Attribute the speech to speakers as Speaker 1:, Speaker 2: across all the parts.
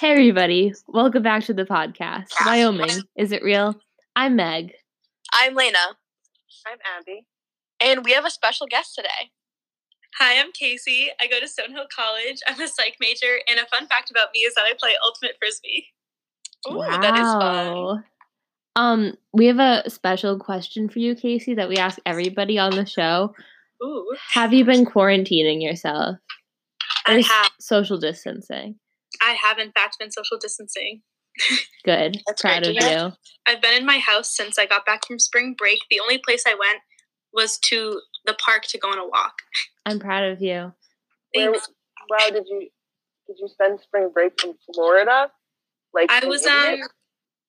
Speaker 1: Hey, everybody. Welcome back to the podcast. Wyoming, is it real? I'm Meg.
Speaker 2: I'm Lena,
Speaker 3: I'm Abby.
Speaker 2: and we have a special guest today.
Speaker 4: Hi, I'm Casey. I go to Stonehill College. I'm a psych major, and a fun fact about me is that I play ultimate frisbee.
Speaker 2: Ooh, that is fun.
Speaker 1: Wow. Um, we have a special question for you, Casey, that we ask everybody on the show.
Speaker 4: Ooh,
Speaker 1: Have you been quarantining yourself?
Speaker 4: I
Speaker 1: Or s-
Speaker 4: have.
Speaker 1: Social distancing.
Speaker 4: I have in fact been social distancing.
Speaker 1: Good.
Speaker 2: That's
Speaker 1: Proud
Speaker 2: great to
Speaker 1: of
Speaker 2: hear.
Speaker 1: you.
Speaker 4: I've been in my house since I got back from spring break. The only place I went was to the park to go on a walk.
Speaker 1: I'm proud of you.
Speaker 3: Where,
Speaker 4: Thanks.
Speaker 3: wow, did you did you spend spring break in Florida? Like
Speaker 4: I
Speaker 3: an
Speaker 4: was um,
Speaker 3: idiot?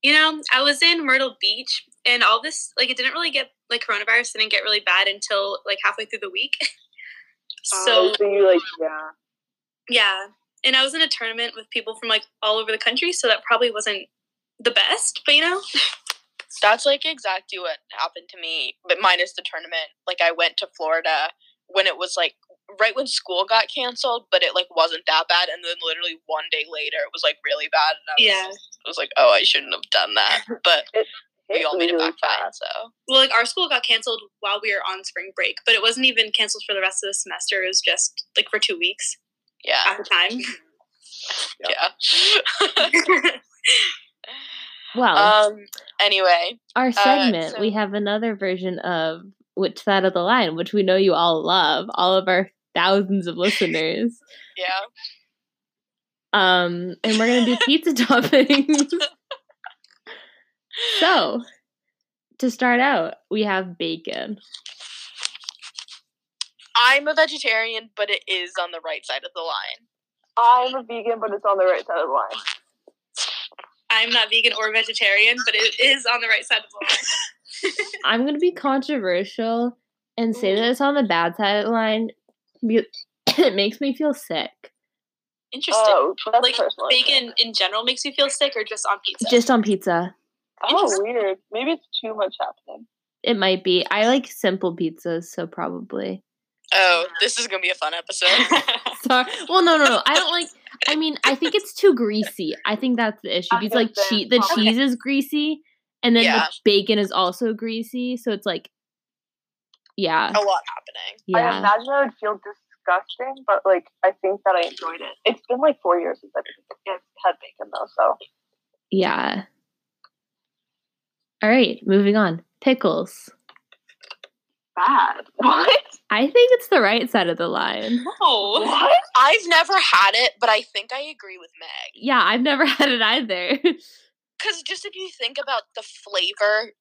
Speaker 4: you know, I was in Myrtle Beach, and all this like it didn't really get like coronavirus didn't get really bad until like halfway through the week. so
Speaker 3: Oh, so you like yeah.
Speaker 4: Yeah. And I was in a tournament with people from like all over the country, so that probably wasn't the best, but you know?
Speaker 2: That's like exactly what happened to me, but minus the tournament. Like I went to Florida when it was like right when school got canceled, but it like wasn't that bad. And then literally one day later, it was like really bad. And I was,
Speaker 4: Yeah.
Speaker 2: I was like, oh, I shouldn't have done that. But we
Speaker 3: It
Speaker 2: all made it
Speaker 3: really
Speaker 2: back fine.
Speaker 3: fast.
Speaker 2: So
Speaker 4: Well, like our school got canceled while we were on spring break, but it wasn't even canceled for the rest of the semester. It was just like for two weeks
Speaker 2: yeah,
Speaker 4: at a time.
Speaker 2: yeah.
Speaker 1: Well,
Speaker 2: um. Anyway,
Speaker 1: our segment,
Speaker 2: so-
Speaker 1: we have another version of Which Side of the Line, which we know you all love, all of our thousands of listeners.
Speaker 2: yeah.
Speaker 1: Um, and we're gonna do pizza toppings. so, to start out, we have bacon.
Speaker 2: I'm a vegetarian, but it is on the right side of the line.
Speaker 3: I'm a vegan, but it's on the right side of the line.
Speaker 4: I'm not vegan or vegetarian, but it is on the right side of the line.
Speaker 1: I'm gonna be controversial and say that it's on the bad side of the line. be- It makes me feel sick.
Speaker 4: Interesting.
Speaker 3: Oh, that's
Speaker 4: like
Speaker 3: personal.
Speaker 4: bacon in general makes you feel sick or just on pizza?
Speaker 1: Just on pizza,
Speaker 3: Oh, weird. Maybe it's too much happening.
Speaker 1: it might be. I like simple pizzas, so probably.
Speaker 2: Oh, this is gonna be a fun episode.
Speaker 1: Sorry. Well, no, no, no. I don't like. I mean, I think it's too greasy. I think that's the issue.
Speaker 3: I
Speaker 1: Because like
Speaker 3: think
Speaker 1: cheese, the
Speaker 3: that's-
Speaker 1: cheese is greasy, and then
Speaker 2: Yeah.
Speaker 1: the bacon is also greasy. So it's like, yeah,
Speaker 2: a lot happening.
Speaker 3: I
Speaker 1: yeah.
Speaker 3: imagine I would feel disgusting, but like I think that I enjoyed it. It's been like four years since I've had bacon though, so
Speaker 1: Yeah. All right, moving on. Pickles.
Speaker 3: bad. What?
Speaker 1: I think it's the right side of the line.
Speaker 4: no.
Speaker 3: What?
Speaker 2: I've never had it, but I think I agree with Meg.
Speaker 1: Yeah, I've never had it either.
Speaker 2: Because just if you think about the flavor,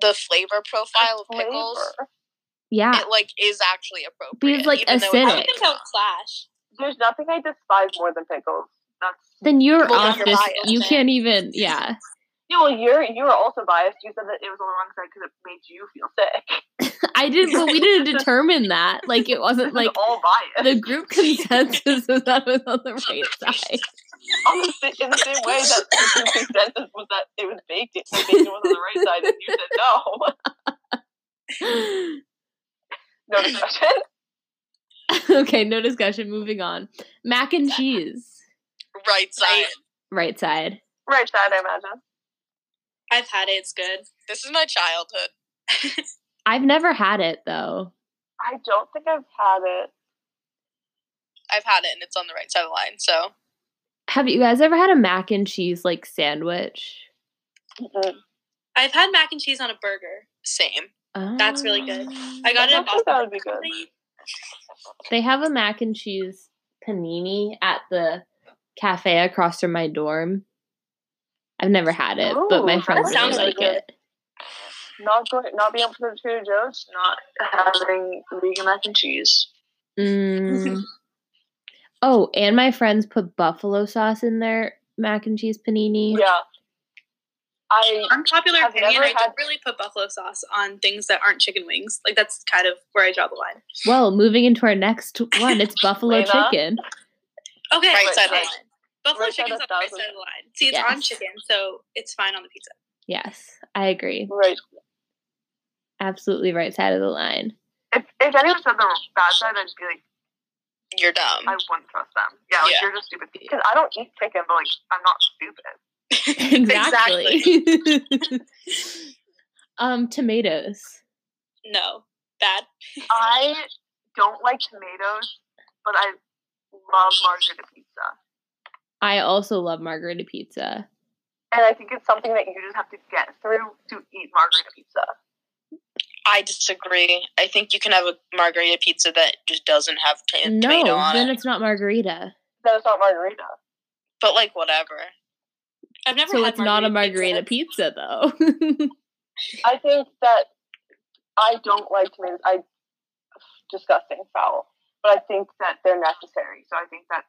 Speaker 2: the flavor profile of pickles,
Speaker 3: Flavor.
Speaker 1: yeah.
Speaker 4: Ah.
Speaker 2: it like is actually appropriate.
Speaker 1: Because, like,
Speaker 2: even though it's
Speaker 1: acidic.
Speaker 4: I
Speaker 2: not
Speaker 4: don't think that would clash.
Speaker 3: There's nothing I despise more than pickles. That's
Speaker 1: Then you're
Speaker 2: Well,
Speaker 1: off
Speaker 2: you're
Speaker 1: this.
Speaker 2: biased
Speaker 1: You
Speaker 2: then.
Speaker 1: can't even. Yeah.
Speaker 3: Yeah, well, you're you were also biased. You said that it was on the wrong side because it made you feel sick.
Speaker 1: I didn't. But we didn't determine that. Like it wasn't
Speaker 3: Like
Speaker 1: like
Speaker 3: all biased
Speaker 1: the group consensus is that it was on the right side.
Speaker 3: On the sa- in the same way that the group consensus was that it was bacon. The bacon was on the right side, and you said no. No discussion.
Speaker 1: okay, no discussion. Moving on. Mac and cheese.
Speaker 2: right side.
Speaker 1: Right side.
Speaker 3: Right side, I imagine.
Speaker 4: I've had it, it's good.
Speaker 2: This is my childhood.
Speaker 1: I've never had it though.
Speaker 3: I don't think I've had it.
Speaker 2: I've had it, and it's on the right side of the line. So
Speaker 1: Have you guys ever had a mac and cheese like sandwich?
Speaker 3: Mm-mm.
Speaker 4: I've had mac and cheese on a burger.
Speaker 2: same.
Speaker 4: That's really good.
Speaker 1: Oh.
Speaker 4: I got it in
Speaker 3: Actually,
Speaker 4: Boston.
Speaker 3: that would be good.
Speaker 1: They have a mac and cheese panini at the cafe across from my dorm. I've never had it, but
Speaker 3: Ooh,
Speaker 1: my
Speaker 3: that
Speaker 1: friends really
Speaker 4: sounds
Speaker 1: like
Speaker 3: really
Speaker 1: it.
Speaker 3: Not going, not being able to go to Trader Joe's, not having vegan mac and cheese.
Speaker 1: Mm. oh, and my friends put buffalo sauce in their mac and cheese panini.
Speaker 3: Yeah, I
Speaker 4: Unpopular
Speaker 3: I've
Speaker 4: opinion,
Speaker 3: never
Speaker 4: I
Speaker 3: had-
Speaker 4: don't really put buffalo sauce on things that aren't chicken wings. Like that's kind of where I draw the line.
Speaker 1: Well, moving into our next one, it's buffalo
Speaker 3: Lena?
Speaker 1: chicken.
Speaker 4: Okay,
Speaker 2: Right
Speaker 4: right
Speaker 3: side
Speaker 4: side of the
Speaker 3: of-
Speaker 4: line. Buffalo
Speaker 3: right side
Speaker 4: chicken's
Speaker 3: of
Speaker 4: on the right
Speaker 3: thousand.
Speaker 4: side of the line. See, it's on
Speaker 1: Yes.
Speaker 4: chicken, so it's fine on the pizza.
Speaker 1: Yes, I agree.
Speaker 3: right.
Speaker 1: Absolutely right side of the line.
Speaker 3: If if anyone said the bad side, I'd be like,
Speaker 2: you're dumb.
Speaker 3: I wouldn't trust them. Yeah, like,
Speaker 2: Yeah.
Speaker 3: you're just stupid. Because I don't eat chicken, but like I'm not stupid.
Speaker 1: exactly. um, tomatoes.
Speaker 4: No, bad.
Speaker 3: I don't like tomatoes, but I love margarita pizza,
Speaker 1: I also love margarita pizza.
Speaker 3: and I think it's something that you just have to get through to eat margarita pizza.
Speaker 2: I disagree. I think you can have a margarita pizza that just doesn't have t-
Speaker 1: No,
Speaker 2: tomato on
Speaker 1: then
Speaker 2: it.
Speaker 1: it's not margarita.
Speaker 3: Then it's not margarita.
Speaker 2: But like whatever.
Speaker 4: I've never
Speaker 1: So
Speaker 4: had
Speaker 1: it's not a margarita
Speaker 4: pizza.
Speaker 1: pizza, though.
Speaker 3: I think that I don't like tomatoes. I disgusting foul, but I think that they're necessary. So I think that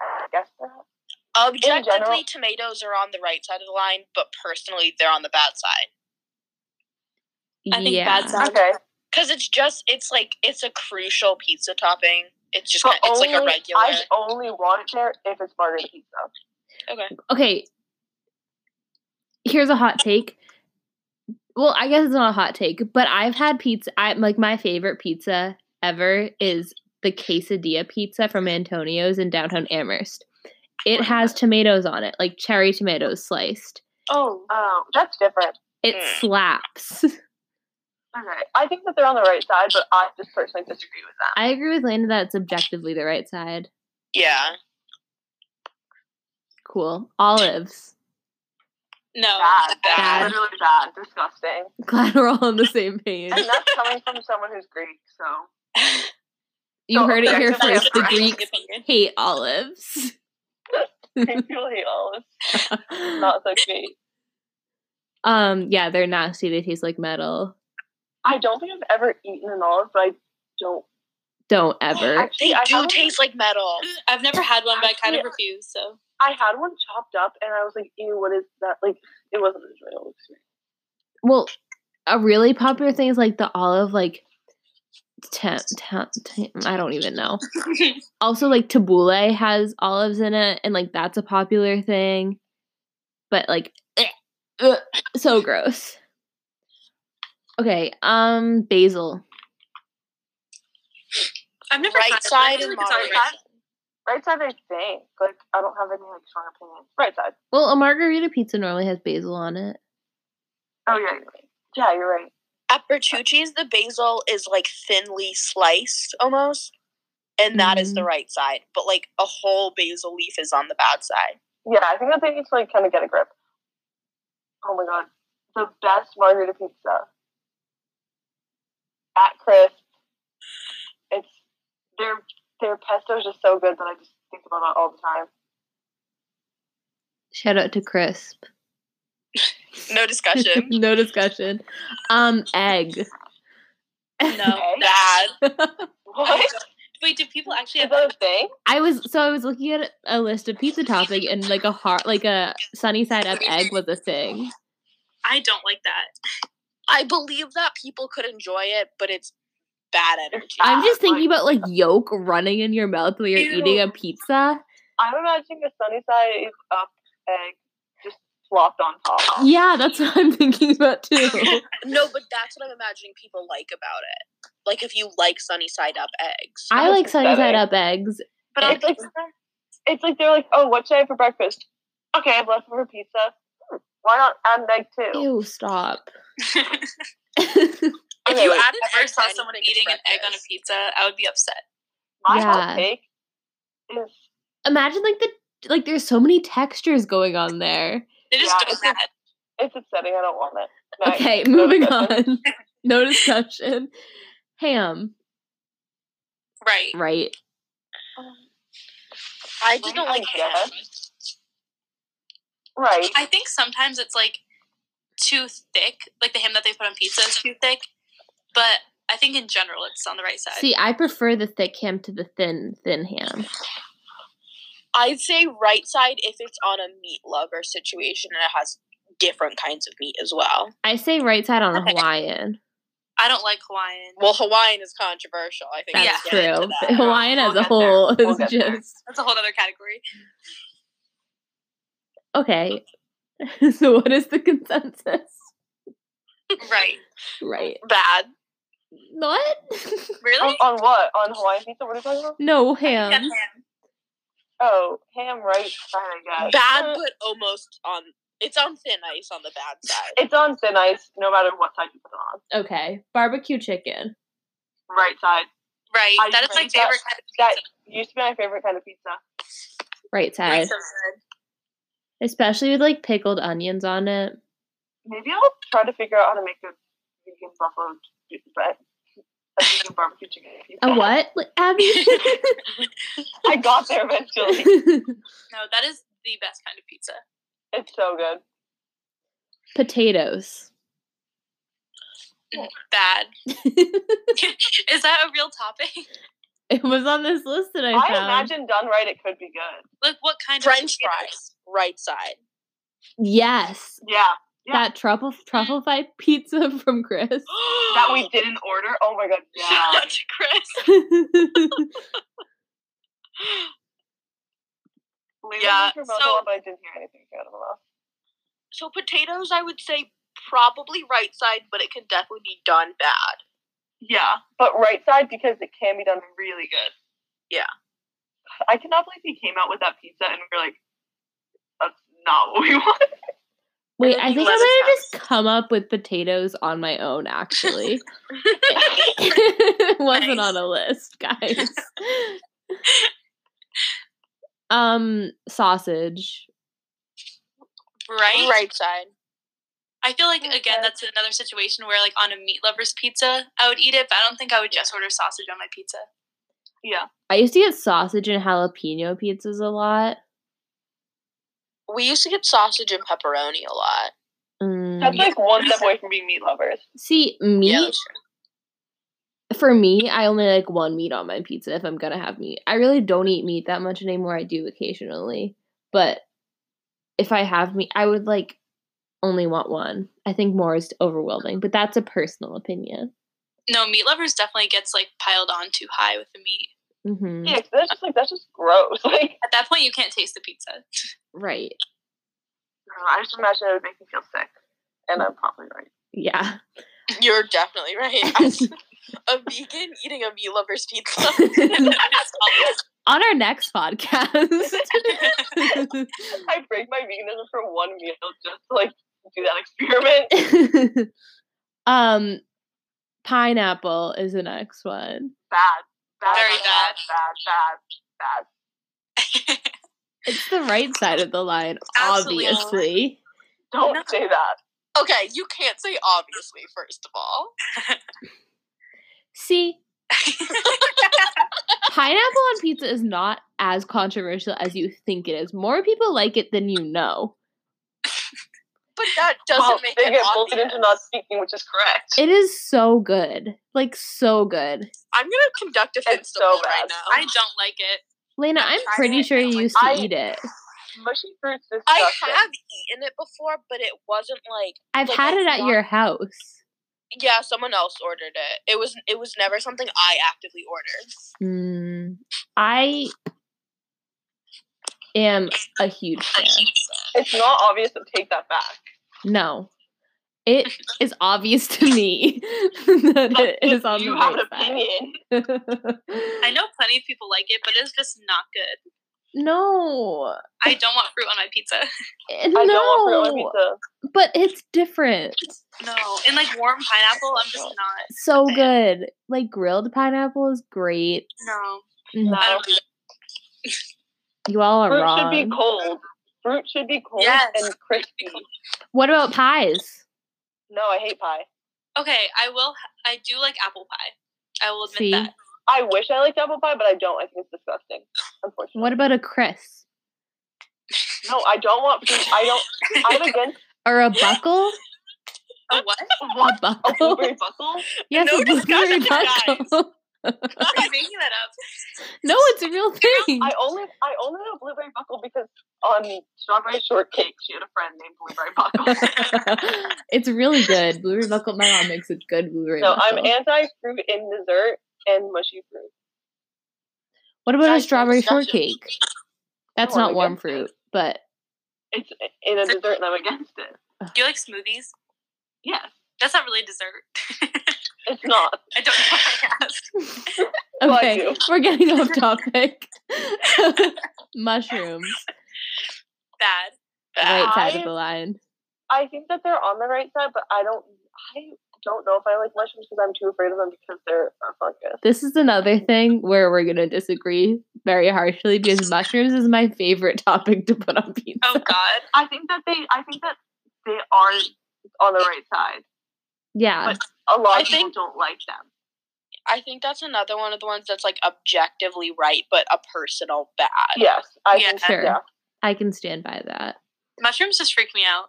Speaker 3: I guess that
Speaker 2: Objectively,
Speaker 3: general-
Speaker 2: tomatoes are on the right side of the line, but personally, they're on the bad side.
Speaker 4: I think
Speaker 1: yeah.
Speaker 4: bad
Speaker 2: Um,
Speaker 4: sounds-
Speaker 3: okay.
Speaker 2: Because it's just, it's like, it's a crucial pizza topping. It's just,
Speaker 3: But
Speaker 2: kind it's like a
Speaker 3: only-
Speaker 2: regular.
Speaker 3: I only want it there if it's margarita pizza.
Speaker 1: okay. Here's a hot take. Well, I guess it's not a hot take, but I've had pizza. I like my favorite pizza ever is the quesadilla pizza from Antonio's in downtown Amherst. It has tomatoes on it, like cherry tomatoes sliced.
Speaker 4: Oh,
Speaker 3: Oh, that's different.
Speaker 1: It
Speaker 2: Mm.
Speaker 1: slaps.
Speaker 3: Okay, I think that they're on the right side, but I just personally disagree with them.
Speaker 1: I agree with Landa that it's objectively the right side.
Speaker 2: yeah.
Speaker 1: Cool. Olives.
Speaker 4: no.
Speaker 3: Bad,
Speaker 2: bad.
Speaker 1: Bad.
Speaker 3: literally bad, disgusting,
Speaker 1: Glad we're all on the same page.
Speaker 3: and that's coming from someone who's Greek. So
Speaker 1: You
Speaker 3: so
Speaker 1: heard it here
Speaker 3: objectively
Speaker 1: first. The
Speaker 3: correct.
Speaker 1: Greeks hate olives.
Speaker 3: people hate all this. Not so great.
Speaker 1: Um, yeah, they're nasty. They taste like metal.
Speaker 3: I don't think I've ever eaten an olive, but I don't.
Speaker 1: Don't ever.
Speaker 3: Actually,
Speaker 2: They
Speaker 3: I
Speaker 2: do
Speaker 3: haven't-
Speaker 2: taste like metal.
Speaker 4: I've never had one, but I kind of
Speaker 3: Actually,
Speaker 4: refuse. So
Speaker 3: I had one chopped up, and I was like, "Ew, what is that?" Like, it wasn't an enjoyable experience.
Speaker 1: Well, a really popular thing is like the olive, like tem- tem- tem- I don't even know. also, like tabbouleh has olives in it, and like that's a popular thing. But like, eh, ugh, so gross. Okay, um, basil.
Speaker 4: I've never had
Speaker 2: Right
Speaker 4: it, but I
Speaker 2: side
Speaker 4: feel
Speaker 2: and
Speaker 4: like it's always
Speaker 2: moderate.
Speaker 4: bad.
Speaker 3: Right side, I think. Like, I don't have any like strong opinions. Right side.
Speaker 1: Well, a margarita pizza normally has basil on it.
Speaker 3: Oh yeah, you're right. yeah, you're right.
Speaker 2: At Bertucci's, the basil is like thinly sliced almost, and that is the
Speaker 1: Mhm.
Speaker 2: right side. But like a whole basil leaf is on the bad side.
Speaker 3: Yeah, I think that they need to like kind of get a grip. Oh my god, the best margarita pizza at Crisp. It's their their pesto is just so good that I just think about it all the time.
Speaker 1: Shout out to Crisp.
Speaker 2: No discussion.
Speaker 1: no discussion. Um, egg.
Speaker 4: No,
Speaker 3: Okay.
Speaker 2: Bad.
Speaker 3: What
Speaker 4: Wait, do people actually
Speaker 3: is
Speaker 4: have
Speaker 3: that a thing?
Speaker 1: I was so I was looking at a list of pizza topping and like a heart like a sunny side up egg was a thing.
Speaker 4: I don't like that.
Speaker 2: I believe that people could enjoy it, but it's bad energy.
Speaker 1: I'm just thinking about like yolk running in your mouth while you're eating a
Speaker 3: Ew.
Speaker 1: pizza.
Speaker 3: I'm imagining a sunny side up egg just flopped on top.
Speaker 1: Yeah, that's what I'm thinking about too.
Speaker 2: No, but that's what I'm imagining people like about it. Like if you like sunny side up eggs.
Speaker 1: I like sunny side
Speaker 3: Upsetting.
Speaker 1: up eggs.
Speaker 3: But it's like it's like they're like, oh, what should I have for breakfast? Okay, I have leftover pizza. Hmm, Why not add an egg too?
Speaker 1: Ew, stop.
Speaker 2: If
Speaker 3: Okay,
Speaker 2: you
Speaker 3: wait,
Speaker 2: added
Speaker 4: If
Speaker 2: eggs
Speaker 4: I ever
Speaker 2: to
Speaker 4: saw
Speaker 2: anything,
Speaker 4: someone
Speaker 2: it's
Speaker 4: eating an egg on a
Speaker 2: breakfast.
Speaker 4: pizza, I would be upset.
Speaker 3: My
Speaker 1: Yeah.
Speaker 3: hot take is
Speaker 1: Imagine like the like there's so many textures going on there.
Speaker 4: They just
Speaker 3: Yeah,
Speaker 4: don't
Speaker 3: it's
Speaker 4: have
Speaker 3: it's upsetting. I don't want it. Next.
Speaker 1: Okay,
Speaker 3: No
Speaker 1: moving
Speaker 3: discussion.
Speaker 1: on. No discussion. Ham.
Speaker 4: right.
Speaker 1: Right.
Speaker 2: I didn't like
Speaker 3: I
Speaker 2: ham.
Speaker 3: Right.
Speaker 4: I think sometimes it's like too thick, like the ham that they put on pizza is too thick. But I think in general, it's on the right side.
Speaker 1: See, I prefer the thick ham to the thin thin ham.
Speaker 2: I'd say right side if it's on a meat lover situation and it has different kinds of meat as well.
Speaker 1: I say right side on a
Speaker 4: Okay.
Speaker 1: Hawaiian.
Speaker 4: I don't like Hawaiian.
Speaker 2: Well, Hawaiian is controversial. I think. we
Speaker 1: That's
Speaker 2: can get into
Speaker 1: true.
Speaker 2: that.
Speaker 1: Hawaiian
Speaker 3: We'll
Speaker 1: as a
Speaker 3: get there.
Speaker 1: whole
Speaker 3: We'll
Speaker 1: is
Speaker 3: get there.
Speaker 1: just
Speaker 4: That's a whole other category.
Speaker 1: okay. so what is the consensus?
Speaker 4: Right.
Speaker 1: Right.
Speaker 2: Bad.
Speaker 1: What?
Speaker 4: Really?
Speaker 3: On, on what? On Hawaiian pizza? What are you talking about?
Speaker 1: no
Speaker 4: Yeah,
Speaker 1: ham.
Speaker 4: ham.
Speaker 3: Oh, ham, right? Fine, I guess.
Speaker 2: Bad, but almost on. It's on thin ice on the bad side.
Speaker 3: It's on thin ice, no matter what side you put it on.
Speaker 1: Okay, barbecue chicken.
Speaker 3: Right side.
Speaker 4: Right.
Speaker 3: I
Speaker 4: that is my
Speaker 3: think that-
Speaker 4: favorite kind of
Speaker 3: That
Speaker 4: pizza.
Speaker 3: used to be my favorite kind of pizza.
Speaker 1: Right side,
Speaker 4: It's so good.
Speaker 1: especially with like pickled onions on it.
Speaker 3: Maybe I'll try to figure out how to make a vegan buffalo chicken, but a vegan barbecue chicken pizza.
Speaker 1: A what, Like, Abby?
Speaker 3: I got there eventually.
Speaker 4: No, that is the best kind of pizza.
Speaker 3: It's so good.
Speaker 1: Potatoes.
Speaker 4: Bad. is that a real topic?
Speaker 1: It was on this list that I,
Speaker 3: I
Speaker 1: found.
Speaker 3: imagine done right, it could be good.
Speaker 4: Like what kind
Speaker 2: French
Speaker 4: of
Speaker 2: fries, right side.
Speaker 1: yes,
Speaker 3: Yeah, Yeah.
Speaker 1: that truffle truffle fried pizza from Chris.
Speaker 3: that we didn't order. Oh my god,
Speaker 4: Shout
Speaker 3: yeah.
Speaker 4: out to Chris.
Speaker 3: Lena
Speaker 2: Yeah,
Speaker 3: did promote a
Speaker 2: so-
Speaker 3: lot, but I didn't hear anything out of her mouth.
Speaker 2: So potatoes, I would say probably right side, but it can definitely be done bad.
Speaker 3: Yeah, but right side because it can be done really good.
Speaker 2: Yeah.
Speaker 3: I cannot believe he came out with that pizza, and we are like, that's not what we want.
Speaker 1: Wait,
Speaker 2: Or
Speaker 1: I think I'm
Speaker 2: lettuce
Speaker 1: gonna just
Speaker 2: house.
Speaker 1: come up with potatoes on my own. Actually, it wasn't
Speaker 4: Nice.
Speaker 1: on a list, guys. um, sausage.
Speaker 4: Right?
Speaker 2: Right side.
Speaker 4: I feel like
Speaker 3: Okay.
Speaker 4: again that's another situation where like on a meat lover's pizza, I would eat it, but I don't think I would just order sausage on my pizza.
Speaker 3: Yeah,
Speaker 1: I used to get sausage and jalapeno pizzas a lot.
Speaker 2: We used to get sausage and pepperoni a lot.
Speaker 1: Mm.
Speaker 3: that's like one step away from being meat lovers.
Speaker 1: See, meat
Speaker 2: Yeah, that's
Speaker 1: for me, I only like one meat on my pizza if I'm gonna have meat. I really don't eat meat that much anymore. I do occasionally, but if I have meat, I would like only want one. I think more is overwhelming, but that's a personal opinion.
Speaker 4: No, meat lovers definitely gets like piled on too high with the meat.
Speaker 1: hmm
Speaker 3: Yeah, 'cause that's just like that's just gross. Like,
Speaker 4: At that point, you can't taste the pizza.
Speaker 1: Right?
Speaker 3: I just imagine it would make me feel sick, and I'm probably right.
Speaker 1: Yeah.
Speaker 2: true. You're definitely right. a vegan eating a meat lover's pizza.
Speaker 1: On our next podcast,
Speaker 3: I break my veganism for one meal just to like do that experiment.
Speaker 1: um, pineapple is the next one.
Speaker 3: Bad, bad,
Speaker 4: Very
Speaker 3: bad, bad, bad, bad.
Speaker 1: It's the right side of the line,
Speaker 4: Absolutely.
Speaker 1: obviously.
Speaker 3: Don't
Speaker 4: No.
Speaker 3: say that.
Speaker 2: okay, you can't say obviously, first of all.
Speaker 1: See, pineapple on pizza is not as controversial as you think it is. More people like it than you know.
Speaker 2: But that doesn't
Speaker 3: Well,
Speaker 2: make
Speaker 3: they
Speaker 2: it
Speaker 3: get
Speaker 2: obvious.
Speaker 3: bolted into not speaking, which is correct.
Speaker 1: It is so good. Like, so good.
Speaker 2: I'm gonna conduct a
Speaker 3: It's
Speaker 2: fence
Speaker 3: so
Speaker 2: poll
Speaker 3: bad.
Speaker 2: right now.
Speaker 4: I don't like it.
Speaker 1: Lena, I'm
Speaker 4: tried
Speaker 1: pretty
Speaker 4: it,
Speaker 1: sure
Speaker 4: but,
Speaker 1: you
Speaker 4: like,
Speaker 1: used to
Speaker 3: I-
Speaker 1: eat it.
Speaker 3: Mushy fruits is
Speaker 2: I
Speaker 3: disgusting.
Speaker 2: have eaten it before, but it wasn't like
Speaker 1: I've
Speaker 2: like,
Speaker 1: had
Speaker 2: I
Speaker 1: it at
Speaker 2: want-
Speaker 1: your house.
Speaker 2: yeah, someone else ordered it. It was it was never something I actively ordered.
Speaker 1: Mm, I am a huge fan.
Speaker 3: It's not obvious to take that back.
Speaker 1: No. It is obvious to me that it
Speaker 3: That's
Speaker 1: is
Speaker 3: just
Speaker 1: on
Speaker 3: you
Speaker 1: the
Speaker 3: have
Speaker 1: right
Speaker 3: an opinion.
Speaker 1: side.
Speaker 4: I know plenty of people like it, but it's just not good.
Speaker 1: No.
Speaker 4: I don't want fruit on my pizza.
Speaker 1: Eh,
Speaker 3: I
Speaker 1: no.
Speaker 3: don't want fruit on pizza.
Speaker 1: but it's different.
Speaker 4: No, and like warm pineapple, I'm just not.
Speaker 1: So
Speaker 4: Yeah.
Speaker 1: good. Like grilled pineapple is great.
Speaker 4: No,
Speaker 1: Mm,
Speaker 4: I
Speaker 3: No.
Speaker 4: don't. do that.
Speaker 1: You all are
Speaker 3: Fruit
Speaker 1: wrong.
Speaker 3: should be cold. Fruit should be cold
Speaker 4: Yes.
Speaker 3: and crispy.
Speaker 1: what about pies?
Speaker 3: No, I hate pie.
Speaker 4: Okay, I will. I do like apple pie. I will admit
Speaker 1: See?
Speaker 4: that.
Speaker 3: I wish I liked apple pie, but I don't. I think it's disgusting. Unfortunately.
Speaker 1: What about a crisp
Speaker 3: No, I don't want fruit. I don't. I'm against
Speaker 1: or a buckle?
Speaker 2: Oh,
Speaker 4: A what?
Speaker 1: a
Speaker 3: a
Speaker 1: buckle?
Speaker 3: blueberry buckle.
Speaker 1: yes,
Speaker 2: No
Speaker 1: a blueberry
Speaker 2: discussion, guys.
Speaker 1: buckle.
Speaker 4: I'm making that up.
Speaker 1: no, it's a real thing.
Speaker 3: I only I only know blueberry buckle because on strawberry shortcake she had a friend named blueberry buckle.
Speaker 1: it's really good. Blueberry buckle. My mom makes a good blueberry
Speaker 3: no,
Speaker 1: buckle.
Speaker 3: I'm anti fruit in dessert and mushy fruit.
Speaker 1: what about a
Speaker 2: Guys,
Speaker 1: strawberry
Speaker 2: discussion.
Speaker 1: shortcake? That's
Speaker 3: No, I'm
Speaker 1: not warm
Speaker 3: against
Speaker 1: fruit, but
Speaker 3: It's in a dessert and I'm against it.
Speaker 4: Do you like smoothies?
Speaker 3: Yes.
Speaker 4: That's not really dessert.
Speaker 3: It's not.
Speaker 4: I don't know why I asked.
Speaker 3: Well, Oh, I
Speaker 1: Okay,
Speaker 3: do.
Speaker 1: we're getting off topic. Mushrooms,
Speaker 4: Bad.
Speaker 1: right side of
Speaker 3: I-
Speaker 1: the line.
Speaker 3: I think that they're on the right side, but I don't. I don't know if I like mushrooms because I'm too afraid of them because they're a fungus.
Speaker 1: This is another thing where we're gonna disagree very harshly because mushrooms is my favorite topic to put on pizza.
Speaker 4: Oh God.
Speaker 3: I think that they. I think that they are on the right side.
Speaker 1: Yeah,
Speaker 3: But- A lot
Speaker 2: I
Speaker 3: of people
Speaker 2: think-
Speaker 3: don't like them.
Speaker 2: I think that's another one of the ones that's like objectively right, but a personal bad.
Speaker 3: Yes, I
Speaker 4: Yeah,
Speaker 3: think
Speaker 1: sure.
Speaker 3: yeah.
Speaker 1: I can stand by that.
Speaker 4: Mushrooms just freak me out.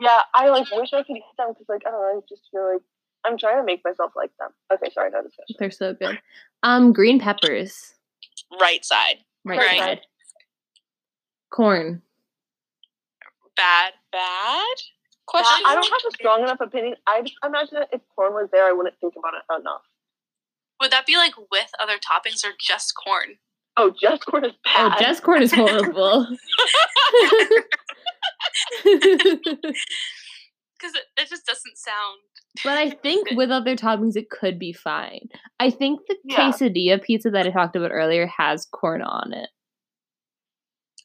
Speaker 3: Yeah, I like wish I could eat them because like I don't know, I just feel like I'm trying to make myself like them. Okay, sorry, no discussion.
Speaker 1: They're so good. Um, green peppers,
Speaker 2: Right side.
Speaker 1: right,
Speaker 4: Right.
Speaker 1: side. Corn.
Speaker 4: Bad.
Speaker 2: Bad?
Speaker 3: Yeah,
Speaker 2: Question.
Speaker 3: I don't have a strong enough opinion. I just imagine that if corn was there, I wouldn't think about it enough.
Speaker 4: Would that be like with other toppings or just corn?
Speaker 3: Oh, just corn is bad.
Speaker 1: Oh, Jess corn is horrible.
Speaker 4: Because it, it just doesn't sound.
Speaker 1: But I think with other toppings, it could be fine. I think the
Speaker 3: Yeah.
Speaker 1: quesadilla pizza that I talked about earlier has corn on it.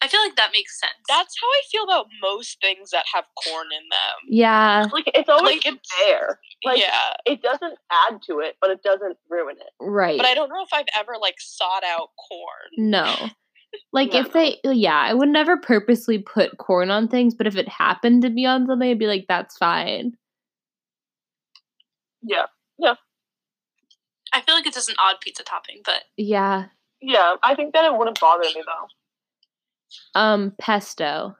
Speaker 4: I feel like that makes sense.
Speaker 2: That's how I feel about most things that have corn in them.
Speaker 1: Yeah,
Speaker 3: like it's always
Speaker 2: Like, it's-
Speaker 3: there. Like
Speaker 2: yeah.
Speaker 3: it doesn't add to it, but it doesn't ruin it.
Speaker 1: right.
Speaker 2: But I don't know if I've ever like sought out corn.
Speaker 1: no. Like
Speaker 3: Yeah.
Speaker 1: if they, yeah, I would never purposely put corn on things, but if it happened to be on something, I'd be like, that's fine.
Speaker 3: Yeah,
Speaker 4: I feel like it's just an odd pizza topping, but
Speaker 1: Yeah.
Speaker 3: yeah. I think that it wouldn't bother me though.
Speaker 1: Um, pesto.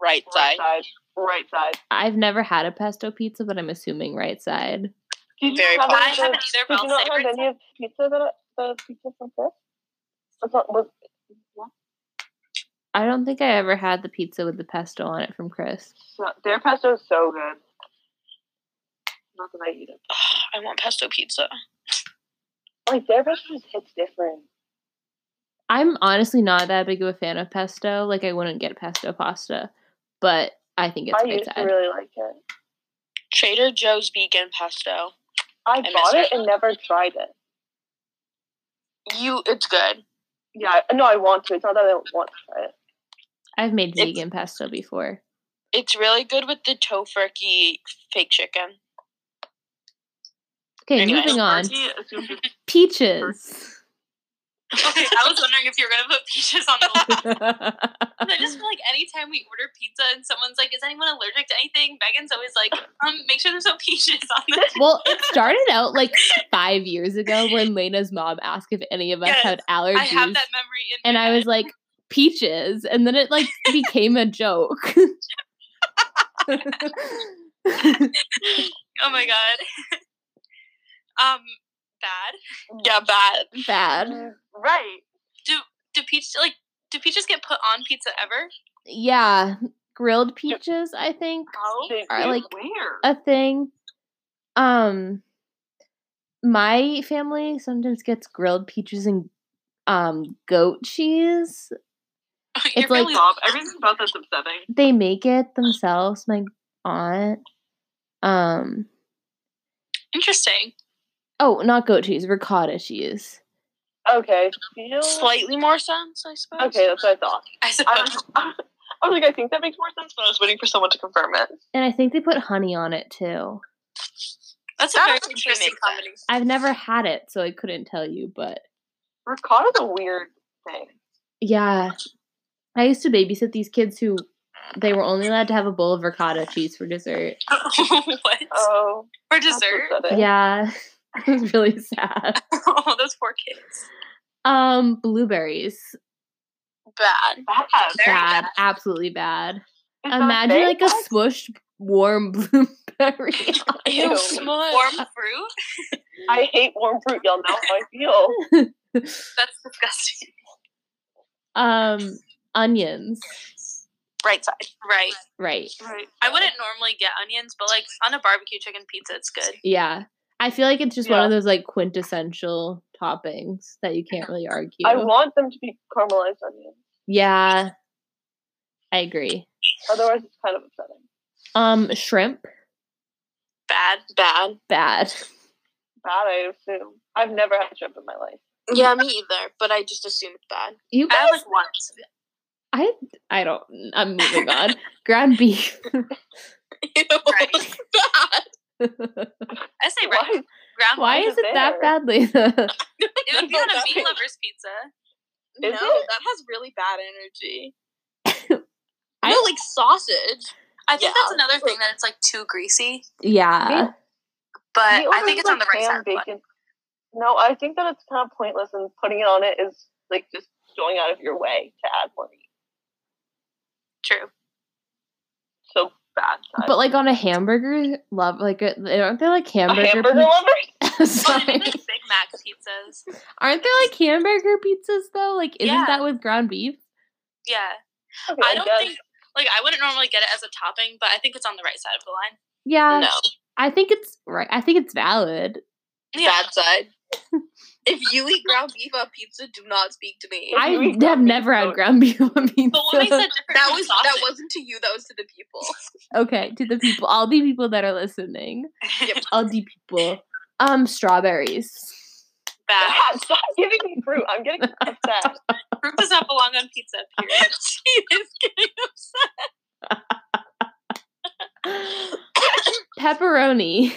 Speaker 2: Right side.
Speaker 3: Right side, right side.
Speaker 1: I've never had a pesto pizza, but I'm assuming right side.
Speaker 3: Did
Speaker 2: Very
Speaker 3: you have
Speaker 2: But
Speaker 4: I
Speaker 3: any of
Speaker 4: haven't
Speaker 3: the,
Speaker 4: either. But
Speaker 3: Did you
Speaker 4: I'll
Speaker 3: not
Speaker 4: say
Speaker 3: have
Speaker 4: right
Speaker 3: any of pizza that the pizza from Chris? Was not, was,
Speaker 1: I don't think I ever had the pizza with the pesto on it from Chris.
Speaker 3: No, their pesto is so good. Not that I eat it.
Speaker 2: I want pesto pizza.
Speaker 3: Like their pesto just hits different.
Speaker 1: I'm honestly not that big of a fan of pesto. Like I wouldn't get pesto pasta, but I think it's
Speaker 3: I
Speaker 1: right
Speaker 3: used to
Speaker 1: side.
Speaker 3: really like it.
Speaker 2: Trader Joe's vegan pesto.
Speaker 3: I,
Speaker 2: miss
Speaker 3: bought it
Speaker 2: it.
Speaker 3: and never tried it.
Speaker 2: You, it's good.
Speaker 3: Yeah, I- no, I want to. It's not that I don't want to try it.
Speaker 1: I've made
Speaker 2: It's-
Speaker 1: vegan pesto before.
Speaker 2: It's really good with the tofurkey fake chicken.
Speaker 1: Okay,
Speaker 2: Anyway.
Speaker 1: moving on.
Speaker 3: Turkey,
Speaker 1: Peaches.
Speaker 4: now. Okay, I was wondering if you were gonna put peaches on the list. I just feel like anytime we order pizza and someone's like, "Is anyone allergic to anything?" Megan's always like, "Um, make sure there's no peaches on this."
Speaker 1: well, it started out like five years ago when Lena's mom asked if any of us
Speaker 4: Yes,
Speaker 1: had allergies,
Speaker 4: I have that memory in.
Speaker 1: and
Speaker 4: my
Speaker 1: I was
Speaker 4: head.
Speaker 1: like peaches, and then it like became a joke.
Speaker 4: "Oh my god." um, bad.
Speaker 2: Yeah, bad.
Speaker 1: Bad.
Speaker 3: Mm, Right.
Speaker 4: Do peaches like? Do peaches get put on pizza ever?
Speaker 1: Yeah, grilled peaches. I think
Speaker 4: Oh,
Speaker 3: They,
Speaker 1: Are,
Speaker 3: they're
Speaker 1: like,
Speaker 3: weird.
Speaker 1: a thing. Um, my family sometimes gets grilled peaches and um goat cheese.
Speaker 4: you're
Speaker 1: it's like-
Speaker 4: really
Speaker 3: Bob, everything about that's upsetting.
Speaker 1: They make it themselves. My aunt. Um.
Speaker 4: interesting.
Speaker 1: Oh, not goat cheese. Ricotta cheese.
Speaker 3: Okay. feel-
Speaker 2: Slightly more sense, I suppose.
Speaker 3: Okay, that's what I thought.
Speaker 4: I
Speaker 3: I
Speaker 4: suppose.
Speaker 3: was, I was like, I think that makes more sense, but I was waiting for someone to confirm it.
Speaker 1: And I think they put honey on it too.
Speaker 4: That's a
Speaker 2: That
Speaker 4: very
Speaker 2: actually
Speaker 4: interesting
Speaker 2: makes sense.
Speaker 4: combination.
Speaker 1: I've never had it, so I couldn't tell you. But
Speaker 3: Ricotta's a weird thing.
Speaker 1: yeah, I used to babysit these kids who they were only allowed to have a bowl of ricotta cheese for dessert.
Speaker 4: what?
Speaker 3: Oh,
Speaker 4: For
Speaker 3: that's
Speaker 4: dessert?
Speaker 3: upsetting.
Speaker 1: Yeah, it was really sad.
Speaker 4: oh, those poor kids.
Speaker 1: Um, blueberries.
Speaker 2: Bad.
Speaker 3: Bad.
Speaker 4: Very
Speaker 1: bad,
Speaker 4: bad.
Speaker 1: absolutely bad.
Speaker 3: Is that
Speaker 1: Imagine
Speaker 3: fake?
Speaker 1: like a swooshed warm blueberry.
Speaker 2: Ew,
Speaker 3: Ew.
Speaker 2: smush.
Speaker 4: Warm fruit?
Speaker 3: I hate warm fruit. Y'all know how I feel.
Speaker 4: That's disgusting.
Speaker 1: um, onions.
Speaker 2: Right side.
Speaker 4: Right.
Speaker 1: Right.
Speaker 3: Right.
Speaker 4: I wouldn't normally get onions, but like on a barbecue chicken pizza, it's good.
Speaker 1: Yeah. I feel like it's just one
Speaker 3: Yeah.
Speaker 1: of those like quintessential toppings that you can't really argue.
Speaker 3: I want them to be caramelized onions.
Speaker 1: yeah. I agree.
Speaker 3: Otherwise, it's kind of upsetting.
Speaker 1: Um, shrimp.
Speaker 4: Bad.
Speaker 2: Bad.
Speaker 1: Bad.
Speaker 3: Bad, I assume. I've never had shrimp in my life.
Speaker 2: Yeah, me either. But I just assume it's bad.
Speaker 1: You
Speaker 4: I
Speaker 1: guys,
Speaker 4: had like once.
Speaker 1: I I don't. I'm moving on. Ground beef.
Speaker 4: Right.
Speaker 2: bad.
Speaker 4: I say
Speaker 3: Why?
Speaker 4: right.
Speaker 1: Why
Speaker 4: Ground.
Speaker 3: Why
Speaker 1: is
Speaker 3: is
Speaker 1: it
Speaker 3: it
Speaker 1: that badly?
Speaker 4: It would be on a meat
Speaker 3: Right.
Speaker 4: lover's pizza.
Speaker 2: no,
Speaker 3: Is it?
Speaker 2: that has really bad energy. I
Speaker 1: I-
Speaker 2: no, like sausage.
Speaker 4: I think that's
Speaker 2: Yeah.
Speaker 4: another thing that it's like too greasy,
Speaker 1: yeah.
Speaker 4: but
Speaker 3: We
Speaker 4: I
Speaker 3: ordered,
Speaker 4: think it's on the
Speaker 3: like,
Speaker 4: right side.
Speaker 3: ham
Speaker 4: of the bun.
Speaker 3: bacon. No, I think that it's kind of pointless, and putting it on it is like just going out of your way to add more meat.
Speaker 4: True.
Speaker 3: So bad. Time.
Speaker 1: But like on a hamburger, love like a, aren't there like
Speaker 3: a
Speaker 1: hamburger?
Speaker 3: hamburger
Speaker 1: pizza-
Speaker 3: lover?
Speaker 4: Oh, they
Speaker 1: Sorry.
Speaker 4: make Big Mac pizzas.
Speaker 1: Aren't there like hamburger pizzas though? Like isn't
Speaker 4: Yeah.
Speaker 1: that with ground beef?
Speaker 4: Yeah.
Speaker 3: Okay,
Speaker 4: I don't
Speaker 3: guess.
Speaker 4: think like I wouldn't normally get it as a topping, but I think it's on the right side of the line.
Speaker 1: Yeah.
Speaker 2: no,
Speaker 1: I think it's right. I think it's valid.
Speaker 4: Yeah.
Speaker 2: bad side. if you eat ground beef on pizza, do not speak to me.
Speaker 3: If
Speaker 1: I
Speaker 3: you eat
Speaker 1: have
Speaker 3: ground beef,
Speaker 1: never had
Speaker 3: though-
Speaker 1: ground beef on pizza.
Speaker 4: But what makes that different?
Speaker 2: that
Speaker 4: from
Speaker 2: was that
Speaker 4: sausage?
Speaker 2: wasn't to you. That was to the people.
Speaker 1: okay, to the people, all the people that are listening,
Speaker 2: Yep.
Speaker 1: all the people, um, strawberries.
Speaker 4: bad.
Speaker 3: God, stop giving me fruit. I'm getting upset.
Speaker 4: Fruit does not belong on pizza. Period.
Speaker 2: she is getting upset.
Speaker 1: Pepperoni.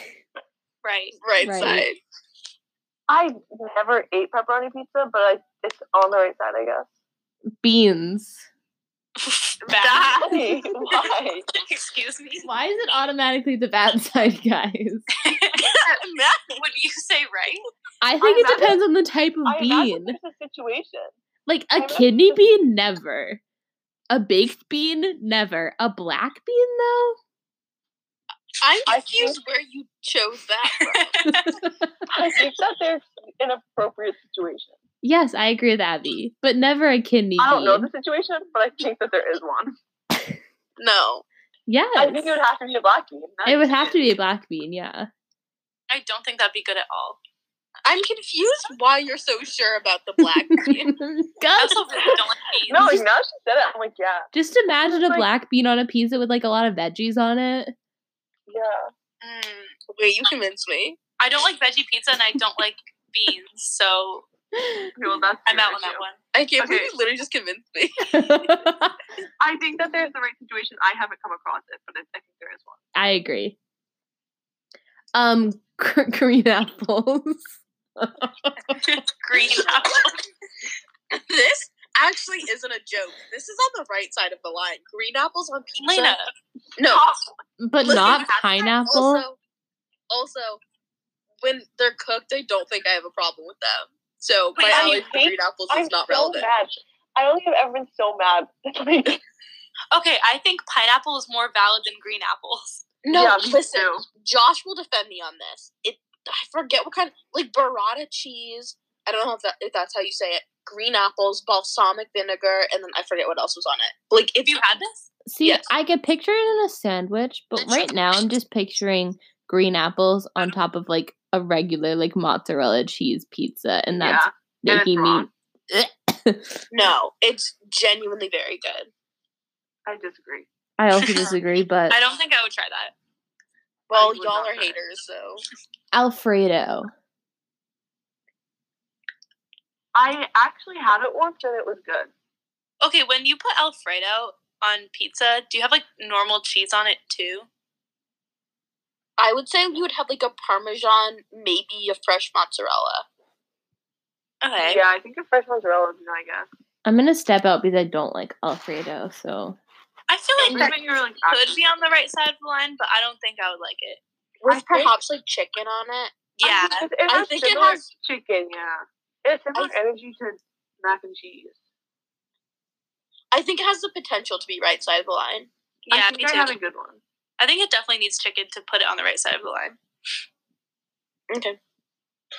Speaker 4: right.
Speaker 2: Right,
Speaker 1: Right.
Speaker 2: side.
Speaker 3: I never ate pepperoni pizza, but I, it's on the right side, I guess.
Speaker 1: beans.
Speaker 4: Bad.
Speaker 2: Bad.
Speaker 3: Why? Why?
Speaker 4: Excuse me.
Speaker 1: Why is it automatically the bad side, guys?
Speaker 4: Would you say right?
Speaker 1: I think it
Speaker 3: imagine-
Speaker 1: depends on the type of
Speaker 3: I
Speaker 1: bean.
Speaker 3: imagine there's a situation.
Speaker 1: Like
Speaker 3: I
Speaker 1: a
Speaker 3: imagine
Speaker 1: kidney
Speaker 3: it's-
Speaker 1: bean, never. A baked bean, never. A black bean, though?
Speaker 2: I'm
Speaker 3: I
Speaker 2: confused where you chose that from.
Speaker 3: I think that there's an appropriate situation.
Speaker 1: Yes, I agree with Abby, but never a kidney
Speaker 3: I don't know
Speaker 1: bean.
Speaker 3: the situation, but I think that there is one.
Speaker 2: no.
Speaker 1: Yes.
Speaker 3: I think it would have to be a black bean. not
Speaker 1: it would
Speaker 3: a
Speaker 1: have to
Speaker 3: kidney.
Speaker 1: be a black bean, yeah.
Speaker 4: I don't think that'd be good at all.
Speaker 2: I'm confused why you're so sure about the black bean.
Speaker 4: I
Speaker 1: God,
Speaker 4: also really don't like beans.
Speaker 3: No, like, now she said it. I'm like, yeah,
Speaker 1: just imagine a
Speaker 3: like-
Speaker 1: black bean on a pizza with like a lot of veggies on it.
Speaker 3: yeah.
Speaker 4: Mm,
Speaker 2: Wait, you convinced me.
Speaker 4: I don't like veggie pizza, and I don't like beans, so
Speaker 3: Well, that's
Speaker 4: I'm
Speaker 3: your
Speaker 4: out on that
Speaker 3: issue.
Speaker 4: one.
Speaker 2: I can't believe
Speaker 3: Okay.
Speaker 2: you literally just convinced me.
Speaker 3: I think that there's the right situation. I haven't come across it, but I I think there is one.
Speaker 1: I agree. Um, gr- green apples.
Speaker 4: Green apple.
Speaker 2: this actually isn't a joke. This is on the right side of the line. Green apples on pizza.
Speaker 4: Lena.
Speaker 2: No,
Speaker 1: but
Speaker 2: Listen,
Speaker 1: not
Speaker 2: that's not
Speaker 1: pineapple.
Speaker 2: Also, also, when they're cooked, I don't think I have a problem with them. So
Speaker 4: Wait,
Speaker 2: my
Speaker 4: I
Speaker 2: allergy to
Speaker 3: hate-
Speaker 2: green apples
Speaker 3: I'm
Speaker 2: is not
Speaker 3: so
Speaker 2: relevant.
Speaker 3: mad. I don't think I've ever been so mad. Like,
Speaker 4: Okay, I think pineapple is more valid than green apples.
Speaker 2: No,
Speaker 3: yeah, me
Speaker 2: listen,
Speaker 3: too.
Speaker 2: Josh will defend me on this. It I forget what kind like burrata cheese. I don't know if, that, if that's how you say it. Green apples, balsamic vinegar, and then I forget what else was on it. Like if
Speaker 4: Have you had this?
Speaker 1: See,
Speaker 2: Yes.
Speaker 1: I could picture it in a sandwich, but right now I'm just picturing green apples on top of like a regular like mozzarella cheese pizza, and that's
Speaker 3: Yeah, and it's
Speaker 1: making me.
Speaker 3: wrong.
Speaker 2: no, it's genuinely very good.
Speaker 3: I disagree.
Speaker 1: I also disagree, but
Speaker 4: I don't think I would try that.
Speaker 2: Well,
Speaker 3: would
Speaker 2: y'all
Speaker 3: not
Speaker 2: are
Speaker 3: try it.
Speaker 2: haters, so
Speaker 1: Alfredo.
Speaker 3: I actually had it once and it was good.
Speaker 4: Okay, when you put Alfredo on pizza, do you have like normal cheese on it too?
Speaker 2: I would say you would have like a parmesan, maybe a fresh mozzarella.
Speaker 4: Okay.
Speaker 3: Yeah, I think the first one's relevant, I guess.
Speaker 1: I'm gonna step out because I don't like Alfredo. So
Speaker 4: I feel
Speaker 3: Maybe
Speaker 4: like that
Speaker 3: you were like
Speaker 4: could be on the right side of the line, but I don't think I would like it.
Speaker 2: With
Speaker 3: think-
Speaker 2: perhaps like chicken on it.
Speaker 4: Yeah.
Speaker 3: It
Speaker 2: I
Speaker 3: has
Speaker 2: think it
Speaker 3: similar
Speaker 2: has-
Speaker 3: chicken. Yeah, it's similar
Speaker 2: I-
Speaker 3: energy to mac and cheese.
Speaker 2: I think it has the potential to be right side of the line.
Speaker 4: Yeah,
Speaker 3: I
Speaker 4: me
Speaker 3: think I
Speaker 4: too.
Speaker 3: have a good one.
Speaker 4: I think it definitely needs chicken to put it on the right side of the line.
Speaker 2: Okay.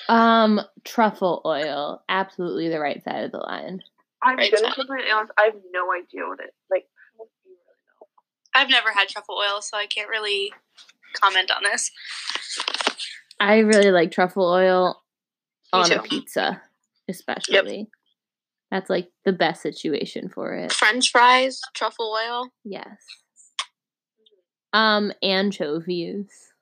Speaker 1: um truffle oil, absolutely the right side of the line.
Speaker 3: I'm
Speaker 2: Right
Speaker 3: gonna
Speaker 2: side.
Speaker 3: completely honest. I have no idea what it like. how do you really know?
Speaker 4: I've never had truffle oil, so I can't really comment on this.
Speaker 1: I really like truffle oil
Speaker 2: Me
Speaker 1: on a
Speaker 2: too.
Speaker 1: pizza, especially. That's like the best situation for it.
Speaker 2: French fries, truffle oil.
Speaker 1: Yes. Um, anchovies.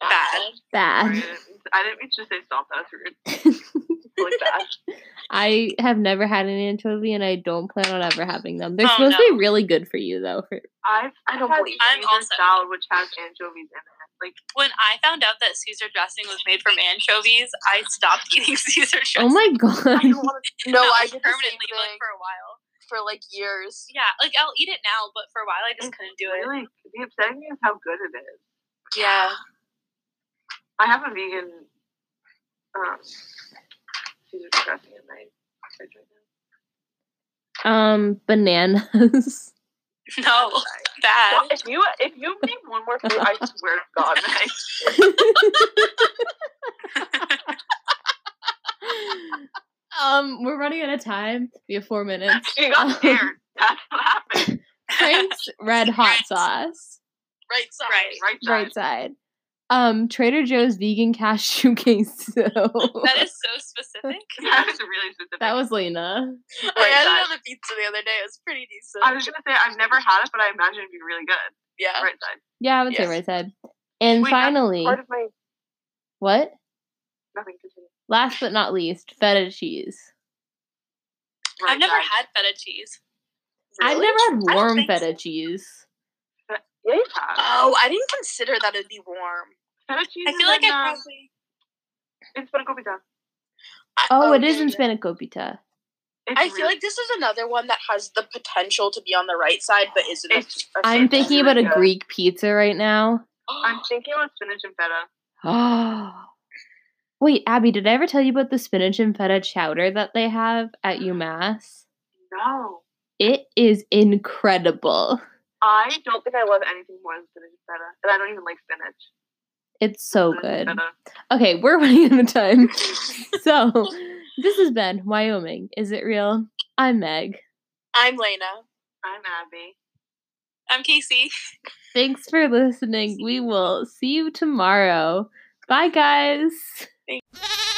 Speaker 4: Bad.
Speaker 1: Bad.
Speaker 3: Rude. I didn't mean to say salt. That was rude. It's really bad.
Speaker 1: I have never had an anchovy and I don't plan on ever having them. They're
Speaker 4: Oh,
Speaker 1: supposed to
Speaker 4: no.
Speaker 1: be really good for you though. For,
Speaker 3: I've
Speaker 2: I don't
Speaker 3: had
Speaker 2: believe
Speaker 4: it. I'm
Speaker 3: Caesar
Speaker 4: also-
Speaker 3: salad, which has anchovies in it. Like
Speaker 4: When I found out that Caesar dressing was made from anchovies, I stopped eating Caesar dressing.
Speaker 1: oh my
Speaker 3: I
Speaker 1: god.
Speaker 3: don't want to.
Speaker 2: No,
Speaker 4: Not
Speaker 2: I
Speaker 4: like
Speaker 2: did the same
Speaker 4: permanently, but
Speaker 2: thing
Speaker 4: for a while.
Speaker 2: for like years.
Speaker 4: Yeah, like I'll eat it now, but for a while I just couldn't do
Speaker 2: Oh
Speaker 4: it.
Speaker 3: Really, the upsetting thing is how good it is.
Speaker 2: Yeah.
Speaker 3: I have a vegan um, Caesar dressing in my fridge right now.
Speaker 1: Um bananas.
Speaker 4: No, bad.
Speaker 3: Well, if you if you name one more food, I swear to God, Meg.
Speaker 1: um, we're running out of time. We have four minutes.
Speaker 3: She got scared. That's what happened.
Speaker 1: Frank's red hot
Speaker 4: Frank's.
Speaker 1: sauce.
Speaker 2: Right side.
Speaker 4: Right.
Speaker 3: Right side.
Speaker 1: Right side. Um, Trader Joe's vegan cashew queso.
Speaker 4: That is so specific.
Speaker 3: That was really specific.
Speaker 1: that was Lena.
Speaker 2: I
Speaker 3: Right
Speaker 2: had
Speaker 3: side.
Speaker 2: it on a pizza the other day. It was pretty decent.
Speaker 3: I was gonna say I've never had it, but I imagine it'd be really good.
Speaker 2: yeah.
Speaker 3: Right side.
Speaker 1: Yeah, I would
Speaker 2: Yes.
Speaker 1: say right side. And
Speaker 3: Wait, that's
Speaker 1: finally,
Speaker 3: Part of my
Speaker 1: what?
Speaker 3: nothing. Continue.
Speaker 1: Last but not least, feta cheese.
Speaker 3: Right
Speaker 4: I've never
Speaker 3: side.
Speaker 4: had feta cheese.
Speaker 1: I've
Speaker 2: Really?
Speaker 1: never
Speaker 2: I
Speaker 1: had
Speaker 2: don't
Speaker 1: warm
Speaker 2: think
Speaker 1: feta cheese.
Speaker 3: Yeah, you have.
Speaker 2: Oh, I didn't consider that it'd be warm.
Speaker 3: feta cheese.
Speaker 4: I feel
Speaker 3: is
Speaker 4: like
Speaker 3: in,
Speaker 4: I
Speaker 3: um,
Speaker 4: probably.
Speaker 3: it's gonna go be done.
Speaker 2: I,
Speaker 1: Oh, it
Speaker 2: yeah,
Speaker 1: is in
Speaker 2: yeah.
Speaker 1: spanakopita.
Speaker 3: It's
Speaker 2: I feel
Speaker 3: really-
Speaker 2: like this is another one that has the potential to be on the right side, but isn't.
Speaker 3: It's-
Speaker 1: I'm thinking about a
Speaker 3: Yeah.
Speaker 1: Greek pizza right now.
Speaker 3: I'm thinking about spinach and feta.
Speaker 1: Oh. Wait, Abby, did I ever tell you about the spinach and feta chowder that they have at UMass?
Speaker 3: No,
Speaker 1: It is incredible.
Speaker 3: I don't think I love anything more than spinach and feta, and I don't even like spinach.
Speaker 1: It's so
Speaker 3: Spinach and
Speaker 1: Oh, good.
Speaker 3: feta.
Speaker 1: Okay, we're running out of time. so, this has been Wyoming. Is it real? I'm Meg.
Speaker 2: I'm Lena.
Speaker 3: I'm Abby.
Speaker 4: I'm Casey.
Speaker 1: Thanks for listening. We will see you tomorrow. Bye, guys.
Speaker 5: Thank-